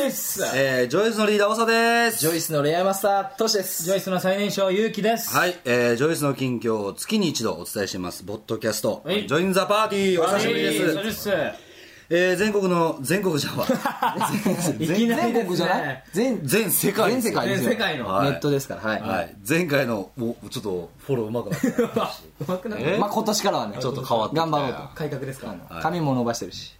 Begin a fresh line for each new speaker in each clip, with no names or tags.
えー、ジョイスのリーダー、長田です。
ジョイスの恋愛マスター、トシです。
ジョイスの最年少、ゆうきです。
はい、えー、ジョイスの近況を月に一度お伝えしています、ボットキャスト、ジ
はい
ョインザパーティー、お久しぶりで
はいお久しぶり
す。
です。
えー、全国の、全国じゃわ。
いきなりですね
全国じゃない全、
全世界
全世界ですよ
全世界の
はい
ネットですから、はい。
はい、前回の、おちょっと、フォローうまくなった。
うわうまくなった
え
まあ今年からはね、
ちょっと変わってきた
頑張ろう
改革ですか
と。髪も伸ばしてるし。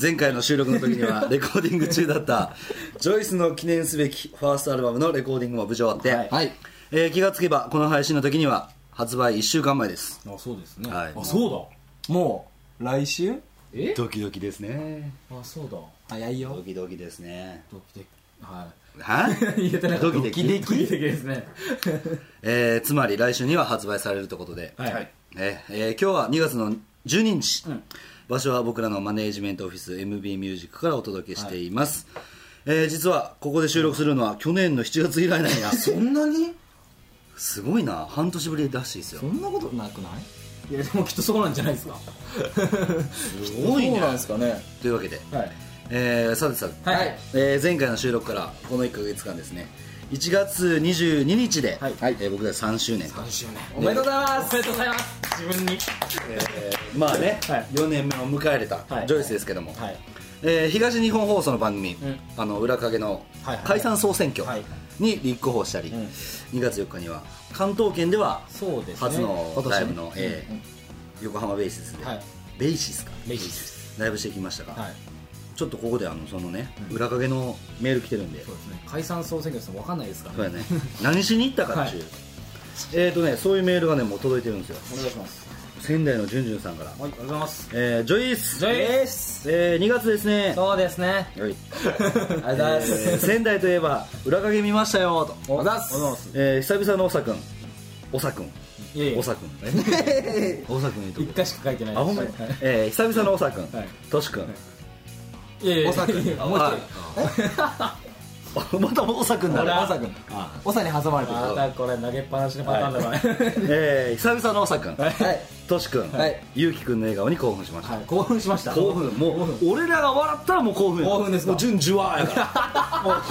前回の収録の時にはレコーディング中だったジョイスの記念すべきファーストアルバムのレコーディングも無事終わって、
はい
はい
えー気がつけばこの配信の時には発売1週間前です
あ、そうですね。
はい
あ、そう
もう、来週
だ。え
ドキドキですね
あ、そうだ。
早い
ド
よ。
キドキですね
ドキドキ。は。
はい
言えてなかった。
ドキドキ
ドキドキですね。
えーつまり来週には発売されるということで、
はい
ねえー今日は2月の12日、場所は僕らのマネージメントオフィス MB ミュージックからお届けしています、えー実はここで収録するのは去年の7月以来なんや
そんなに
すごいな半年ぶりらしいですよ
そんなことなくない
いや、でもきっとそうなんじゃないですか。
すごい
そう
ね
なんですかね。
というわけで、
はい。
えーさてさて、
はい
えー前回の収録からこの1か月間ですね1月22日で、
はい
えー僕たち3周年と、
3周年。
おめでとうござい ま
お
す
めでとうございます。自分に。
えーまあね、
はい
4年目を迎えれた
はい
ジョイスですけども、
はい。
えー東日本放送の番組「
ん
あの裏影」の
はいはい
解散総選挙
はい
に立候補したり、
ん
2月4日には関東圏では
そうですね。
初の
今年ね
ライブの、えー横浜ベーシスで、
はい
ベーシスか
レイジです。
ライブしてきましたが、
はい。
ちょっとここであのそのね裏影のメール来てるんで、
そうですね。解散総選挙ですのわかんないですから
そう
ね。
やね何しに行ったか っていう、えーとねそういうメールがねもう届いてるんですよ
お願いします。はい、
仙台のじゅんじゅんさんから
ありがとうございます。
えー、ジョイス
ジョイス
す
えー、2月ですね
そうですね。
はい
ありがとうございます。
えー仙台といえば裏影見ましたよと
おざっす
おざっす
えー、久々のおさくんおさくん
いやいや
おさ くんおさくんいいと
一
こ
回しか書いてないで
あ
す
ほんま
は
に
い、
えー、久々のおさくん
はい
としくん
いやいや
おさくん
いやいやもう一
ああまたおさくんだ
ほら
ね
おさくん。おさに挟まれて
人
る。
またこれ投げっぱなしのパターンだな、
えー、久々のおさくん
はい。
としくん
はい
ゆうきくんの笑顔に興奮しました
はい、興奮しました
興奮もう俺らが笑ったらもう興奮や
興奮ですか
もう順じゅわーやからもう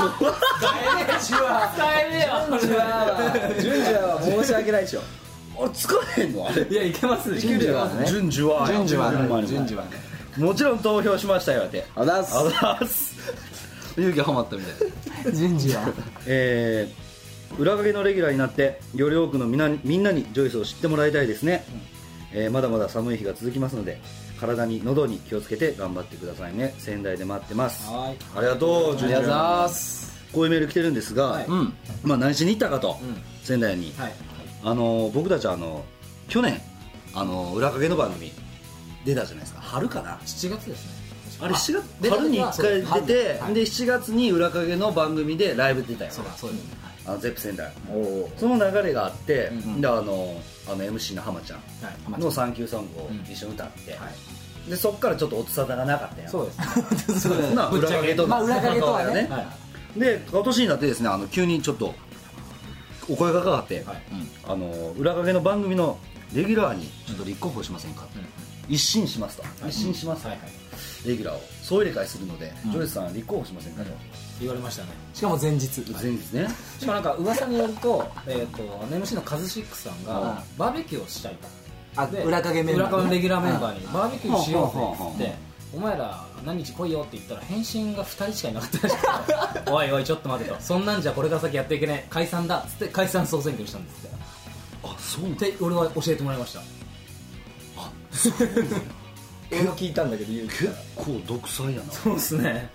ジュワ
使えねえよ
ジュワジュンジュワは申し訳ないでしょ。
あれ疲れへんのあれ
いやいけます
ジュンジュワはね。
順じゅわーや
ジュンジュ
ほ
ワ
んま
は
に
ね。ジュンジュワね。
もちろん投票しましたよって
あざっす
あざっす勇気ハマったみたい
ジュンジュワ。
えー裏掛けのレギュラーになってより多くのみなみんなにジョイスを知ってもらいたいですね、えーまだまだ寒い日が続きますので体に喉に気をつけて頑張ってくださいね仙台で待ってます
はい
ありがとうジュンジュン
ありがとうございます。
こういうメール来てるんですが、
はい
うん。
まあ、何しに行ったかと、仙台に、
はい
あのー僕たちはあの去年あのー裏掛けの番組出たじゃないですか春かな
7月ですね
あれ7
出
月
た時は
春に1
そ
回出
う
て、
春はい
で7月に裏影の番組でライブ出たよ
そうだそうです、は
あのゼップ仙台
おお。
その流れがあって、
うん
であのあの MC の浜ちゃん
いはい
の「サンキューソング」を一緒に歌って、でそっからちょっと音沙汰がなかったよ
そうですね
そうだね
な裏影との
まあ裏影とは ね
そうだよ
は
で今年になってですねあの急にちょっとお声がかかって、
はい
あの裏影の番組のレギュラーにちょっと立候補しませんか、一新しますと、一新します、
はいはい
レギュラーを総入れ替えするので、ジョイスさん立候補しませんかと、
言われましたね
しかも前日。
前日ね、
しかもなんか噂によるとえっ、と MC のカズシックさんがバーベキューをしたいと
あ、
で
裏影メンバー。
裏影レギュラーメンバ
ー。
ーにバーベキューしよ
ほ
うぜ
うほうほ
っ
う
つってお前ら何日来いよって言ったら返信が2人しかいなかったらしくて おいおいちょっと待てとそんなんじゃこれから先やっていけない解散だっつって解散総選挙したんですっ
あそうなん
てで俺は教えてもらいました
俺も聞いたんだけど、言う
結構独裁やな
そうですね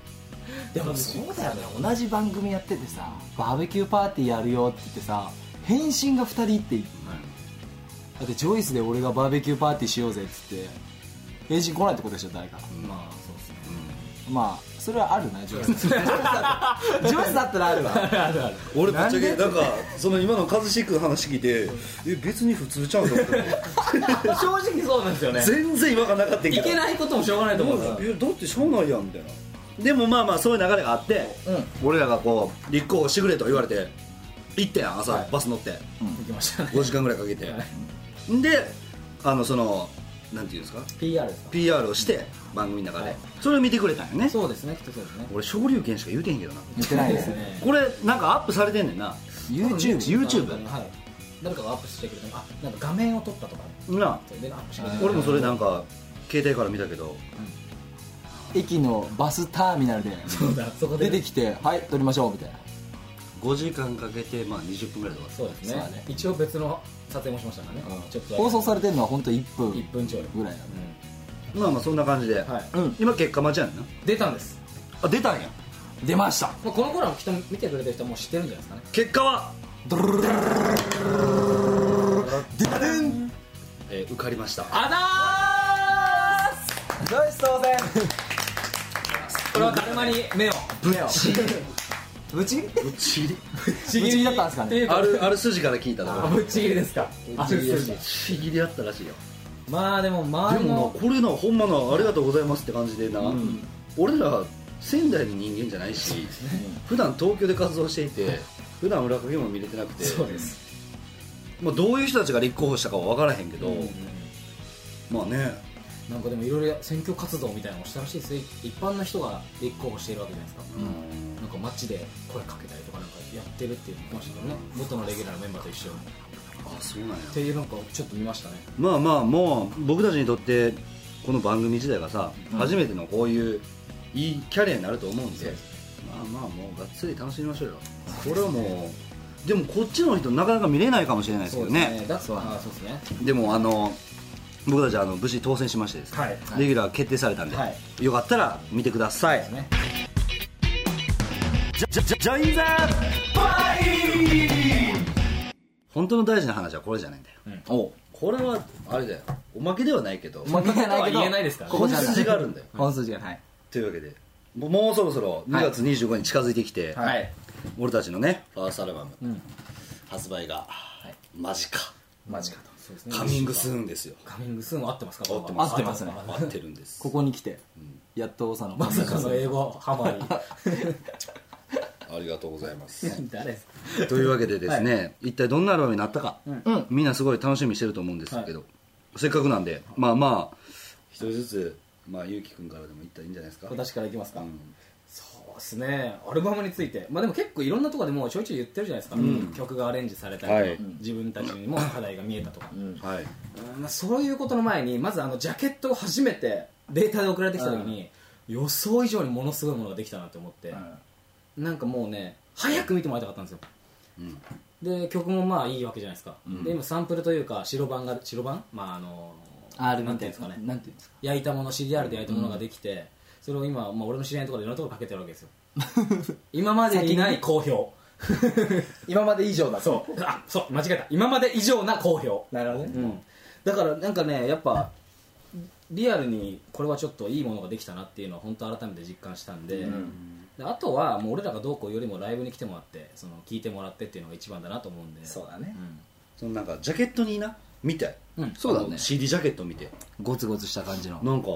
でもそうだよね同じ番組やっててさバーベキューパーティーやるよって言ってさ返信が2人って、だってジョイスで俺がバーベキューパーティーしようぜって言って返信来ないってことでしょ誰か、
まあそうですね
まあそれはあるなジョイスジ ョイスだったらあるわ
あるある
俺ぶっちゃけなんかその今の和志くん話聞いてえ別に普通ちゃうと思って
正直そうなんですよ ね
全然違和感なかったん
いけないこともしょうがないと思うから
いやだってしょうないやんみたいなでもまあまあそういう流れがあって、俺らがこう立候補してくれと言われて行ったやん朝、バス乗って
行きましたね
5時間ぐらいかけて、であのそのなんていうんですか
PR ですか
PR をして番組の中で、
はい
それを見てくれたんよね
そうですねきっとそうですね
俺昇竜拳しか言うてへんけどな
言ってないですね
これなんかアップされてんねんな
YouTube?
YouTube
なんかねはい誰かがアップしてくれたのあなんか画面を撮ったとかね
な
それでアップしてくれ
あ
た
俺もそれなんか携帯から見たけど
駅のバスターミナルで
そうだそこで
出てきてはい撮りましょうみたいな
5時間かけてまあ20分ぐらいとか
そうです
そう
ね
だね
一応別の撮影もしましたからね、ちょっと
放送されてるのは本当1分
1分ちょい、
ぐらいなの
まあまあそんな感じで、
はい
うん、今結果待ちやねんな
出たんです、
あ出たんや
出ました
まあ、この頃はきっと見てくれてる人はもう知ってるんじゃないですかね
結果は、
ドルルルルルルルルルルルルルルン
えー受かりました
あだー
ジョイス当選
すこれはだるまに目を
ぶちぶち
ぶっちぎり
ちぎりだったんですかね
っていう
あるある筋から聞いたとこ
あぶっちぎりですか
ろ
あ
ぶ
る
っちぎり
筋
ぶっちぎりあったらしいよ
まあでも
で
周り
も
の
なこれなほんまなありがとうございますって感じでな、
ん
俺ら仙台の人間じゃないし、普段東京で活動していて普段裏影も見れてなくて
そうです
まあ、どういう人たちが立候補したかは分からへんけど、まあね
なんかでもいろいろ選挙活動みたいなのをしたらしいですよ一般の人が立候補しているわけじゃないですか、なんか街で声かけたりとかなんかやってるっていうのを見ましたけどね元のレギュラーのメンバーと一緒にっ
あそうなんや
ていうなんかちょっと見ましたね
まあまあもう僕たちにとってこの番組自体がさ、初めてのこういういいキャリアになると思うんでまあまあもうがっつり楽しみましょうよこれはもうでもこっちの人なかなか見れないかもしれないですけどね
そうですねだあそうですね
でもあの僕たちはあの無事当選しましてですね、
はいはい
レギュラー決定されたんで、
はい
よかったら見てください、
ですね
じゃじゃじゃジョインザ本当の大事な話はこれじゃないんだよ、
お
これはあれだよおまけではないけど
まけじゃないけど
言えないですからね
ここじゃない
本筋があるんだ よ
本筋がはい
というわけでもうもうそろそろ2月25日に近づいてきて、
はい
俺たちのねファーストアルバム、
ん
発売が、
い
マジか
マジかとそうですね
カミングスーンですよ
カミングスーンも合ってますか
合ってます
合ってますね
合ってるんです
ここに来てやっと王さんの
まさかの英語ハマり
ありがとうございます
誰です か
というわけでですね、一体どんなアルバムになったか、みんなすごい楽しみにしてると思うんですけど、せっかくなんでまあまあ一人ずつまあゆうきくんからでもいったらいいんじゃないですか
私からいきますか、
ん
そうですねアルバムについてまあでも結構いろんなところでもうちょいちょい言ってるじゃないですか、曲がアレンジされたりとか、
はい
自分たちにも課題が見えたとか、
はい
うんまあ、そういうことの前にまずあのジャケットを初めてデータで送られてきた時に、予想以上にものすごいものができたなと思って、なんかもうね早く見てもらいたかったんですよ、で曲もまあいいわけじゃないですか、で今サンプルというか白版が白版まああの
あれ
な
なんん
て
て
い
いう
でか
うんんですすか
ね
ねなんていうんですか
焼いたもの CDR で焼いたものができて、それを今、まあ、俺の知り合いのところでいろんなところかけてるわけですよ今までにない好評
今まで以上だ
そうあそう間違えた今まで以上な好評
なるほど
う
ね
ん、だからなんかねやっぱリアルにこれはちょっといいものができたなっていうのは本当改めて実感したんで,、であとはもう俺らがどうこうよりもライブに来てもらってその聞いてもらってっていうのが一番だなと思うんで
そうだね
そのなんかジャケットにな見たい、
うん
そうだ
あ
ね
の
CD ジャケット見て
ゴツゴツした感じの
なんか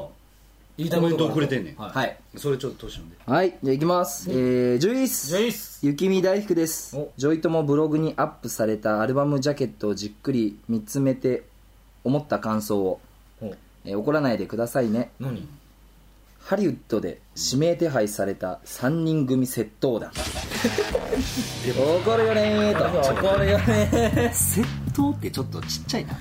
言い
コメントをくれてんねん、
はい、
はい
それちょっと年なんで
はいじゃあいきますえージョイス
ジョイス
雪見大福です
お
ジョイともブログにアップされたアルバムジャケットをじっくり見つめて思った感想を、
お
えー怒らないでくださいね
何
ハリウッドで指名手配された3人組窃盗団怒るよねーと怒るよねー
窃盗ってちょっとちっちゃいな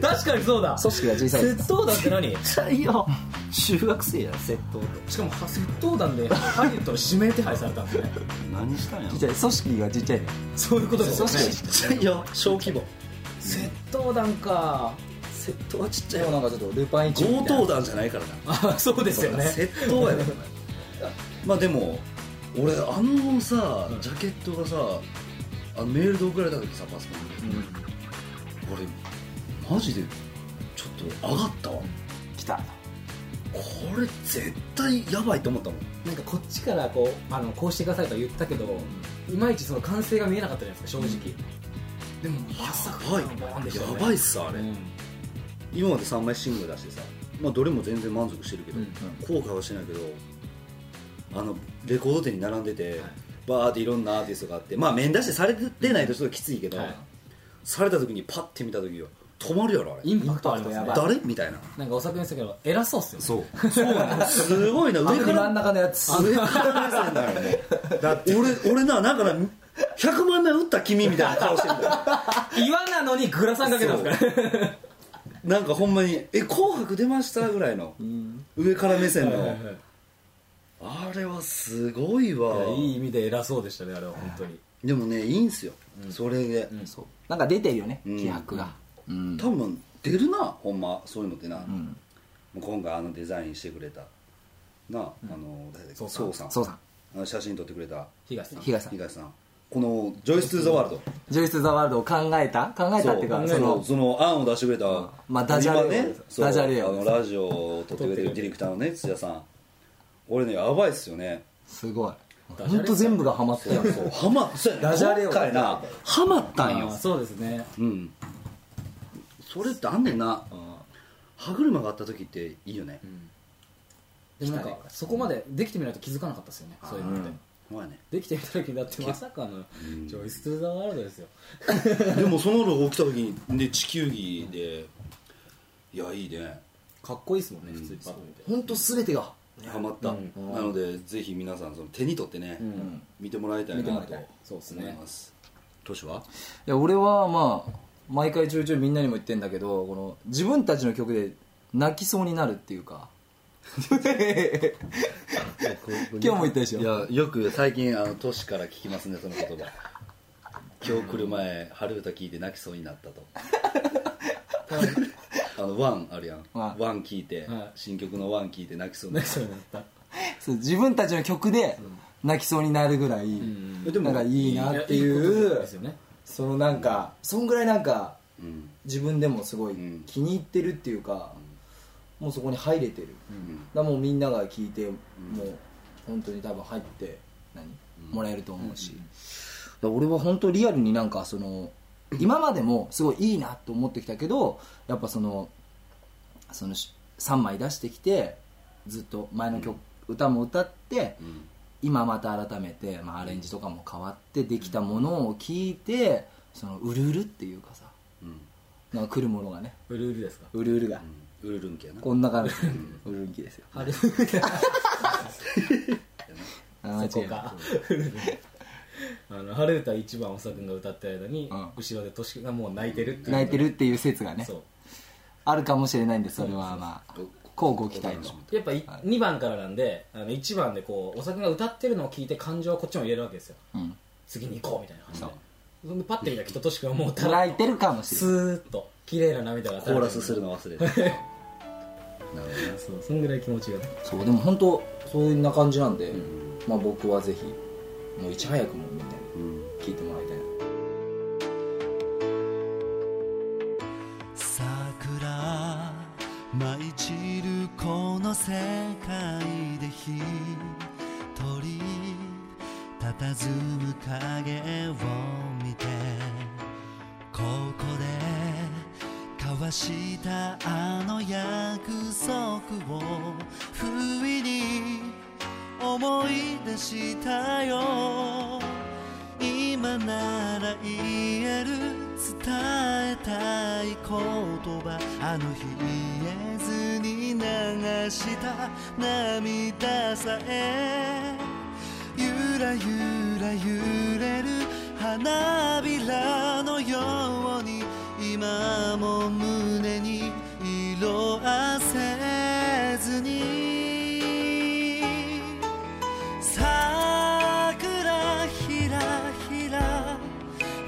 確かにそうだ
組織が小さいです
窃盗団って何
ちっちゃいよ中学生や窃盗って
しかもは窃盗団でハリウッドの指名手配されたんですね
何したんやろ
ちっちゃい組織がちっちゃいね
そういうことですよね
組織
ちっちゃいよ小規模
窃盗団か
窃盗はちっちゃい
でも
よ
なんかちょっとルパン一味
強
みたい
盗
な
団じゃないからな
あそうですよね
窃盗やでまあでも俺あのさジャケットがさあのメールで送られた時さパソコンで、俺マジでちょっと上がったわ
来た
これ絶対やばいと思ったもん
なんかこっちからこうあのこうしてくださいとは言ったけど、いまいちその完成が見えなかったじゃないですか正直、でもまさか
や
ボーン
ば
で
い
したよね
やばいっすあれ、
うん
今まで3枚シングル出してさまあどれも全然満足してるけど、
うん
後悔はしてないけどあのレコード店に並んでて、
はい
バーっていろんなアーティストがあってまあ面出してされてないとちょっときついけど、
はい
された時にパッて見た時は止まるやろあれ
インパクトありますね
誰みたいな
なんかお酒にしたけど偉そうっすよね
そうそうなのすごいな上
上
か
から真ん中のやつ
上から目線だよねだって俺俺ななんかな100万枚打った君みたいな顔してるんだよ
岩なのにグラサンかけてますから
なんかほんまに「え紅白出ました?」ぐらいの上から目線のあれはすごいわ
いやいい意味で偉そうでしたねあれは本当に
でもねいいんすよそれで
ん
そうなんか出てるよね
うん
気迫がうん
多分出るなほんまそういうのってな
うん
もう今回あのデザインしてくれたなああの誰だっけ
そうさ
そ
ん
うさん
そうさん
あの写真撮ってくれた
東さん
東さん
東さんこの「ジョイス・トゥ・ザ・ワールド
ジョイス・ザ・ワールドを考えた考」えたっていうか
そ
その
のその案を出してくれた
まあダジャレ
今ねそう
ダジャレよ
あのラジオを撮ってくれてるディレクターのね土屋さん俺ねやばいっすよね
すごい
ダジャレ
本当全部がハマってる
そうハマったよ
ダジャレを
今回なハマったん
あ
よ
ーそうですね
うんそれってあんねんな歯車があった時っていいよね
でもなんかそこまでできてみないと気づかなかったですよねそういうのって
ほんまやね
できてみた時だってまさかのジョイス・トゥ・ザ・ワールドですよ
でもそのロゴ来た時にで地球儀でいやいいね
かっこいいですもんね普通にパッと見て
本当全てが
ハマった、
うん
なのでぜひ皆さんその手に取ってね、
ん
見てもらいたいな
見
と
ても
思
らいたい
そうです
い
ね
ます都市はい
や俺はまあ毎回ちょいちょいみんなにも言ってんだけどこの自分たちの曲で泣きそうになるっていうか今日も言ったでし
い
ょ
やよく最近あの都市から聞きますねその言葉今日来る前春歌聞いて泣きそうになったと あの「ワンあるやん「
ワ
ワ
ン
ン聞いて
はい
新曲の「ワン聞いて泣きそうにな
泣
った
きそうになった
そう自分たちの曲で泣きそうになるぐらい、
えでも
なんかいいなってい
いうやいいことですよね
そのなんか、そんぐらいなんか
うん
自分でもすごい
うん
気に入ってるっていうか、もうそこに入れてる、
ん
だからもうみんなが聞いて、もう本当に多分入って何、もらえると思うし、だから俺は本当リアルになんかその今までもすごいいいなと思ってきたけどやっぱそのそのし3枚出してきてずっと前の曲、歌も歌って、
ん
今また改めて、まあ、アレンジとかも変わってできたものを聞いてそのうるうるっていうかさ
うん
なんか来るものがね
ブルールですか
うるうるが、
ウルルン家やな
こんな感じうるうる気ですよ
あれ
あー
そ
違
こ
う
かあの春歌一番おさくんが歌った間に、
うん
後ろでとしがもう泣いてるっていう
泣いてるっていう説がね
そう
あるかもしれないんでそれはまあこうご期待と
やっぱ、い2番からなんであの1番でこうおさくんが歌ってるのを聞いて感情をこっちも入れるわけですよ
うん
次に行こうみたいな感じでそんでパッて見たらきっととしくんはもうたら
泣いてるかもしれ
ス
ない
ーッと綺麗な涙が
コーラスするの忘れてなるほどな
そうそんぐらい気持ちが
そうでも本当そんな感じなんで、まあ僕はぜひもういち早くもうみんなに
うん
聞いてもらいたいな
桜舞い散るこの世界で一人佇む影を見てここで交わしたあの約束を不意に思い出したよ今なら言える伝えたい言葉あの日言えずに流した涙さえゆらゆら揺れる花びらのように今も胸に色あせずに桜ひらひら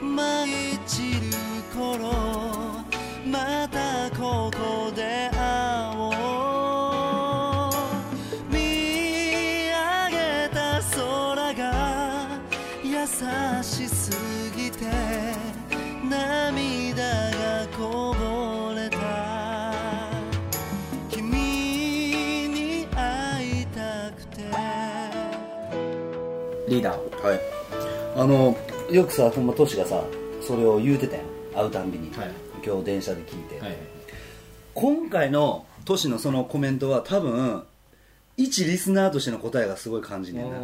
舞い散る頃またここで会おう見上げた空が優しすぎて涙がこぼれた君に会いたくて
リーダーを
はいあのよくさほんまトシがさそれを言うてたやん会うたんびに、
はい
今日電車で聞いて、
はい
今回のトシのそのコメントは多分一リスナーとしての答えがすごい感じねんな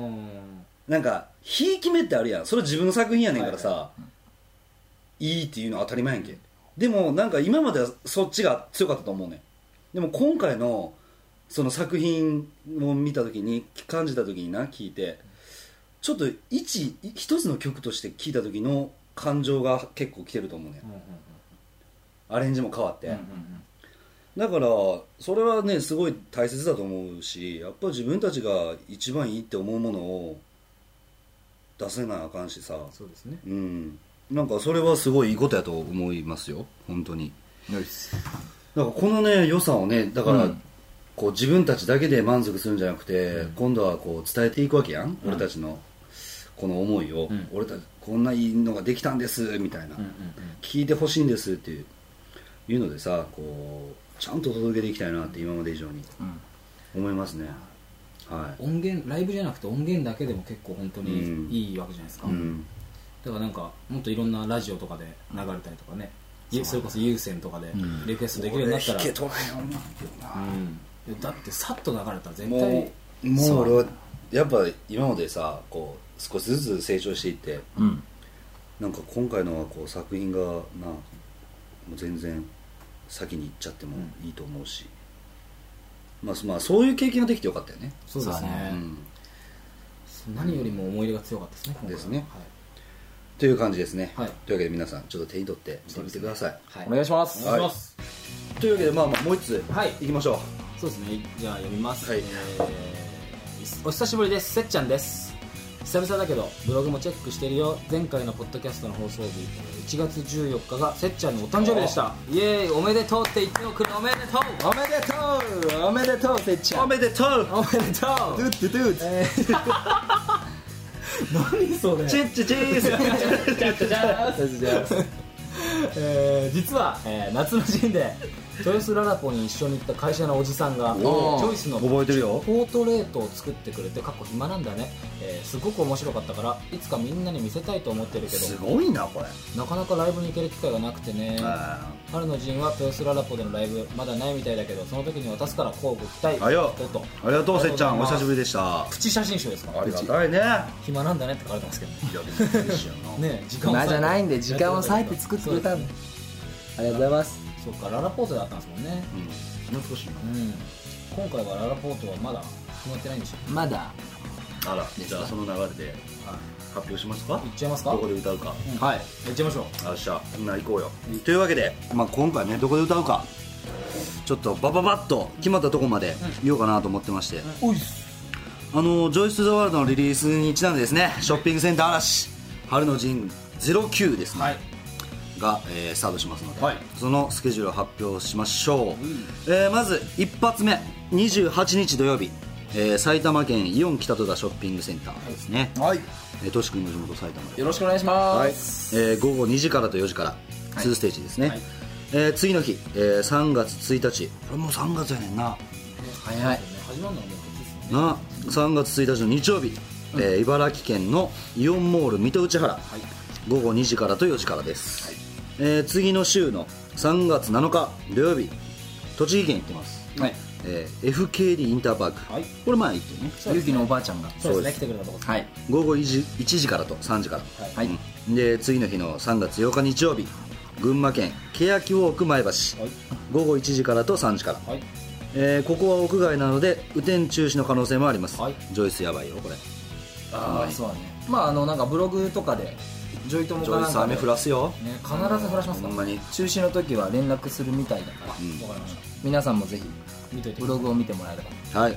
なんか「ひいき目」ってあるやんそれ自分の作品やねんからさ、いいっていうのは当たり前やんけでもなんか今まではそっちが強かったと思うねでも今回のその作品を見た時に感じた時にな聞いてちょっと一一つの曲として聴いた時の感情が結構来てると思うね、アレンジも変わって、だからそれはねすごい大切だと思うしやっぱ自分たちが一番いいって思うものを出せなあかんしさ
そうですね
うんなんかそれはすごいいいことやと思いますよ本当に
よし
だからこのね良さをねだから、
うん
こう自分たちだけで満足するんじゃなくて、今度はこう伝えていくわけやん、俺たちのこの思いを、
うん
俺たちこんないいのができたんですみたいな、聞いてほしいんですっていういうのでさこうちゃんと届けていきたいなって今まで以上に
うん
思いますね、は
音源ライブじゃなくて音源だけでも結構本当
うん
にいいわけじゃないですか、
い、うん
だからなんかもっといろんなラジオとかで流れたりとかねそそれこそ有線とかで
ん
リクエストできるようになったら、
俺弾けとらんようになってるな
うんだってさっと流れたら絶
も
対
うもう俺はやっぱ今までさこう少しずつ成長していって
うん
なんか今回のはこう作品がなもう全然先に行っちゃってもいいと思うし、まあそまあ、そういう経験ができてよかったよね、
そうです
そうだ
ね
う
ね
ん、
何よりも思い入れが強かったですね今回は
ですねという感じですね、
はい
というわけで皆さんちょっと手に取って見てみてください、
はい、
お願いします
お願いします
というわけでまあまあもう一つ
はい
行きましょ
そうですねじゃあ読みます、
はい
えーお久しぶりですせっちゃんです久々だけどブログもチェックしてるよ前回のポッドキャストの放送日1月14日がせっちゃんのお誕生日でしたイエーイおめでとうって言っておくのおめでとう
おめでとうおめでとうせっち
うおめでとう
おめでとう
ゥッドゥドゥッ
えー何それ
チッチッチーズ
えー実は、えー夏の陣で豊洲ララポに一緒に行った会社のおじさんがチ
おー
ョイスの
覚えてるよ
ポートレートを作ってくれて過去暇なんだね、えーすごく面白かったからいつかみんなに見せたいと思ってるけ
す
ど
ごいなこれ、
なかなかライブに行ける機会がなくてね
あ
春の陣は豊洲ララポでのライブまだないみたいだけどその時に渡すからこうご期待
あよ
とと
ありがとうせっちゃんお久しぶ
り
りでしたあ
プチ写真集ですか
りがたいねいや
暇なんだねって書かれてますけどね
別に嬉しいよな
ね時間を割い
暇
て
じゃないんで時間を割いて作ってくれたんでありがとうございます
そっかララポートだったんですもんね
うん懐かしいな
うん今回はララポートはまだ決まってないんでしょ
まだ
あらじゃあその流れで発表しますか
行っちゃいますか
どこで歌うか
はい
行っちゃいましょう
よっしゃみんな行こうよというわけで、まあ、今回ねどこで歌うかちょっとバババッと決まったとこまで言おうかなと思ってまして、
おいっす
あのジョイス・ザ・ワールドのリリースにちなんでですねショッピングセンター嵐春の陣09ですね、
はい
が、えースタートしますので、
はい
そのスケジュールを発表しましょう、えーまず一発目28日土曜日、えー埼玉県イオン北戸田ショッピングセンターですね、
はい
えー、トシ君の地元埼玉で
よろしくお願いします
えー午後2時からと4時から2ステージですね、えー次の日、えー3月1日これもう3月やねんな
早い
始まるのはもうこっちですね
な3月1日の日曜日、えー茨城県のイオンモール水戸内原、午後2時からと4時からです、えー次の週の3月7日土曜日栃木県行ってます、
はい
えー FKD インターパーク、
はい
これ前行ってね
ゆうきのおばあちゃんが
そう
そうで
ですすね来てくれたとこです
はい
午後1時 ,1 時からと3時から、
はい
うんで次の日の3月8日日曜日群馬県欅ウォーク前橋、
はい
午後1時からと3時から、
はい
えーここは屋外なので雨天中止の可能性もあります、
はい
ジョイスやばいよこれ
ああそうだねまああのなんかブログとかでジョイ友
ジ
か
ョ
な
イ
ん
ス
かで
雨降らすよ
ね必ず降らします
ほん
からわか
まに
中止の時は連絡するみたいだから
うん
りました
皆さんもぜひ
見といて
ブログを見てもらえれば
はい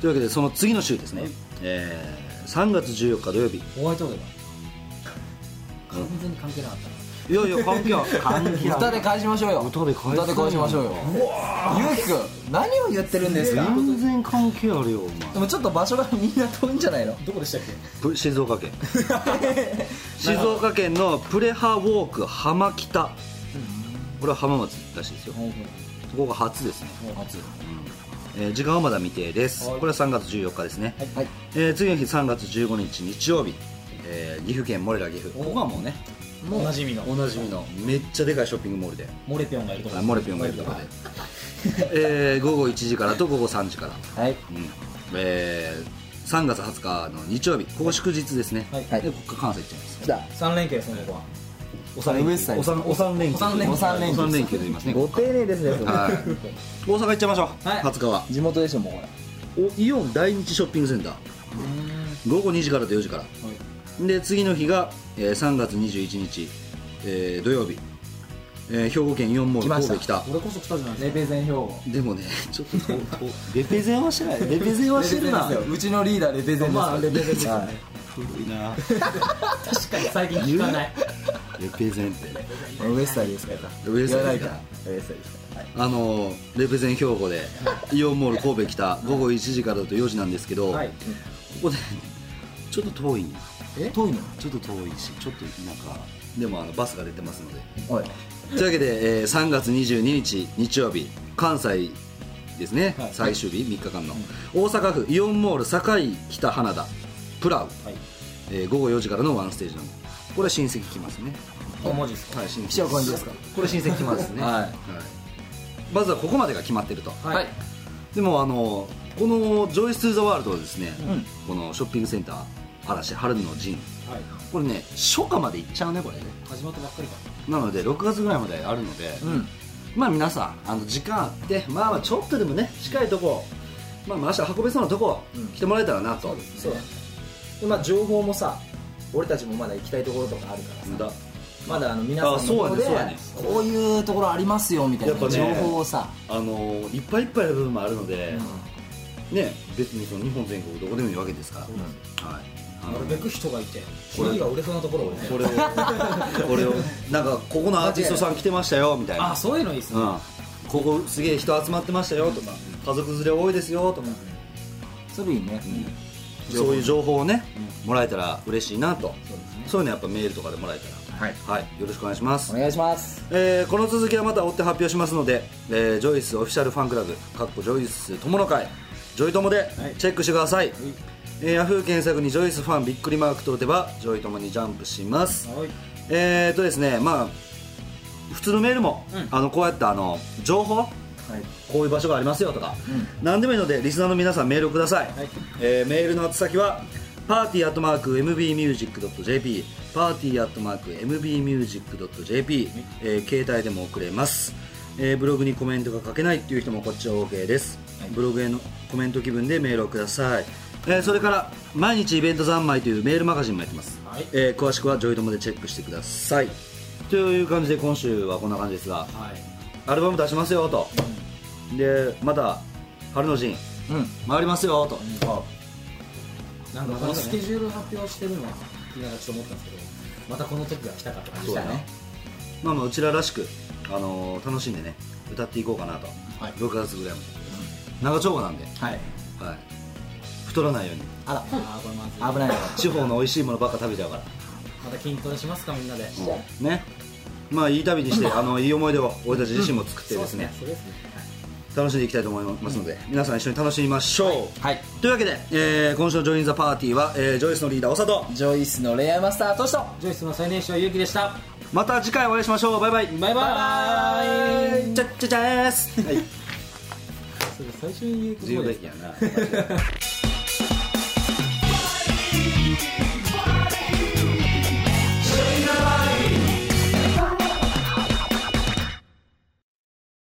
というわけでその次の週ですね、えー3月14日土曜日
ホワイトデーだ完全に関係なかったない
やいや関係は関係
歌で返しましょうよ
歌で返す
歌で返しましょうよゆうきくん何を言ってるんですか
全然関係あるよお
でもちょっと場所がみんな遠いんじゃないの
どこでしたっけ
前静岡 県静岡県のプレハウォーク浜北これは浜松らしいですよここが初ですね、
初
えー時間はまだ未定です
はい
これは3月14日ですね、
はい
えー次の日3月15日日曜日、えー岐阜県モレラ岐阜ここはもうね
おなじみの
おなじみのめっちゃでかいショッピングモールで
モレピョンがいるとこ
あモレピョンがいるところで、えー午後1時からと午後3時から、
はい
うんえー3月20日の日曜日ここ祝日ですね、
はい
でここから関西行っちゃいます
来た
三連休ですねここは
おさん連
ウエストサ
休
イド
おさんおさん連休
おさん連休
おさん連休と言いますね
ご丁寧ですねそれ
はい大阪行っちゃいましょう、
はい
20日は
地元でしょもうほら
おイオン大日ショッピングセンター午後2時からと4時から、で次の日が、えー3月21日、えー土曜日、えー兵庫県イオンモール
来ました
神戸北
俺こそ来たじゃないです
レペゼン兵庫
でもね ちょっとととレペゼンはしてないレペゼンはしてるな
レペゼンですようちのリーダーレペゼンです
まあレペゼンですよね
はい
古いな
か確かに最近聞かない
レペゼンって
ウエスタイルですから
ウエスタイルですか
かららウエスタイルですからはい
あのーレペゼン兵庫でイオンモール神戸北午後1時からと4時なんですけど、
はい
ここでちょっと遠いん
遠いの
ちょっと遠いしちょっとなんかでもあのバスが出てますので
はい
というわけで、えー3月22日日曜日関西ですね、
はい
最終日3日間の、大阪府イオンモール堺北花田プラウ、
はい
えー午後4時からのワンステージなのこれ親戚来ますね
お文字ですか
はい親戚
来ちゃう感じですか
これ親戚来ます ね
はい
まずはここまでが決まってると、
はい
でもあのこの「ジョイス・トゥ・ザ・ワールド」はですね、
ん
このショッピングセンター嵐春の陣
はい
これね初夏まで行っちゃうねこれね
始まったばっかりか
なので6月ぐらいまであるので、
うん
まあ皆さんあの時間あってまあまあちょっとでもね近いとこまあまあ足運べそうなとこ
うん
来てもらえたらなと、
そうだねでまあ情報もさ俺たちもまだ行きたいところとかあるからさ
無駄
まだあの皆さんの
あそうだね
ところで
そうだね
こういうところありますよみたい
やっぱ
な
ね
情報をさ
あのいっぱいいっぱいの部分もあるので
うん、
ね別にその日本全国どこでもいいわけですから、はいあ
ら
の
なるべく人がいて人が売れそうなところをね
これをこ れをなんかここのアーティストさん来てましたよみたいな
あそういうのいいっすね
うん、ここすげえ人集まってましたよとか家族連れ多いですよとか、
それいいね
そういう情報をね、もらえたら嬉しいなとそう,、いうのやっぱメールとかでもらえたら、
はい
よろしくお願いします
お願いします
えーこの続きはまた追って発表しますので、えージョイスオフィシャルファンクラブかっこジョイス友の会ジョイ友でチェックしてください、えー、ヤフー検索にジョイスファンびっくりマークと打てばジョイ友にジャンプします、
はい
えーとですねまあ普通のメールも、あのこうやってあの情報こういう場所がありますよとか、何でもいいのでリスナーの皆さんメールをください、えーメールの宛先はパーティーアットマーク MBMUSIC.jp パーティーアットマーク MBMUSIC.jp、えー携帯でも送れます、えーブログにコメントが書けないっていう人もこっちは OK です、ブログへのコメント気分でメールをください、えーそれから毎日イベント三昧というメールマガジンもやってます、
はい
えー詳しくはジョイトモでチェックしてくださいという感じで今週はこんな感じですが
はい
アルバム出しますよと、でまた春の陣
うん
回りますよと、
なんかこのスケジュール発表してるのは聞きながらちょっと思ったんですけどまたこの時が来たかって感じ
そう
だ
だ
よ
な
ね
まあまあうちららしく、あのー楽しんでね歌っていこうかなと、
はい
6月ぐらいまで、長丁場なんで、
はい
はい、太らないように
あら
ああこれまず
危ないよ
地方の美味しいものばっか食べちゃうから、
また筋トレしますかみんなで
ねまあいい旅にして、あのいい思い出を俺たち自身も作ってですね、
そうですね
楽しんでいきたいと思いますので、皆さん一緒に楽しみましょう、
はい
というわけで、えー今週の「ジョイン・ザ・パーティーは」えージョイスのリーダーおさと
ジョイスの恋愛マスターとしと
ジョイスの最年少ゆうきでした
また次回お会いしましょうバイバイ
バイバーイ
ちゃっちゃちゃーす、はい
それ最初に言うこと
重要
で
だ
す
やな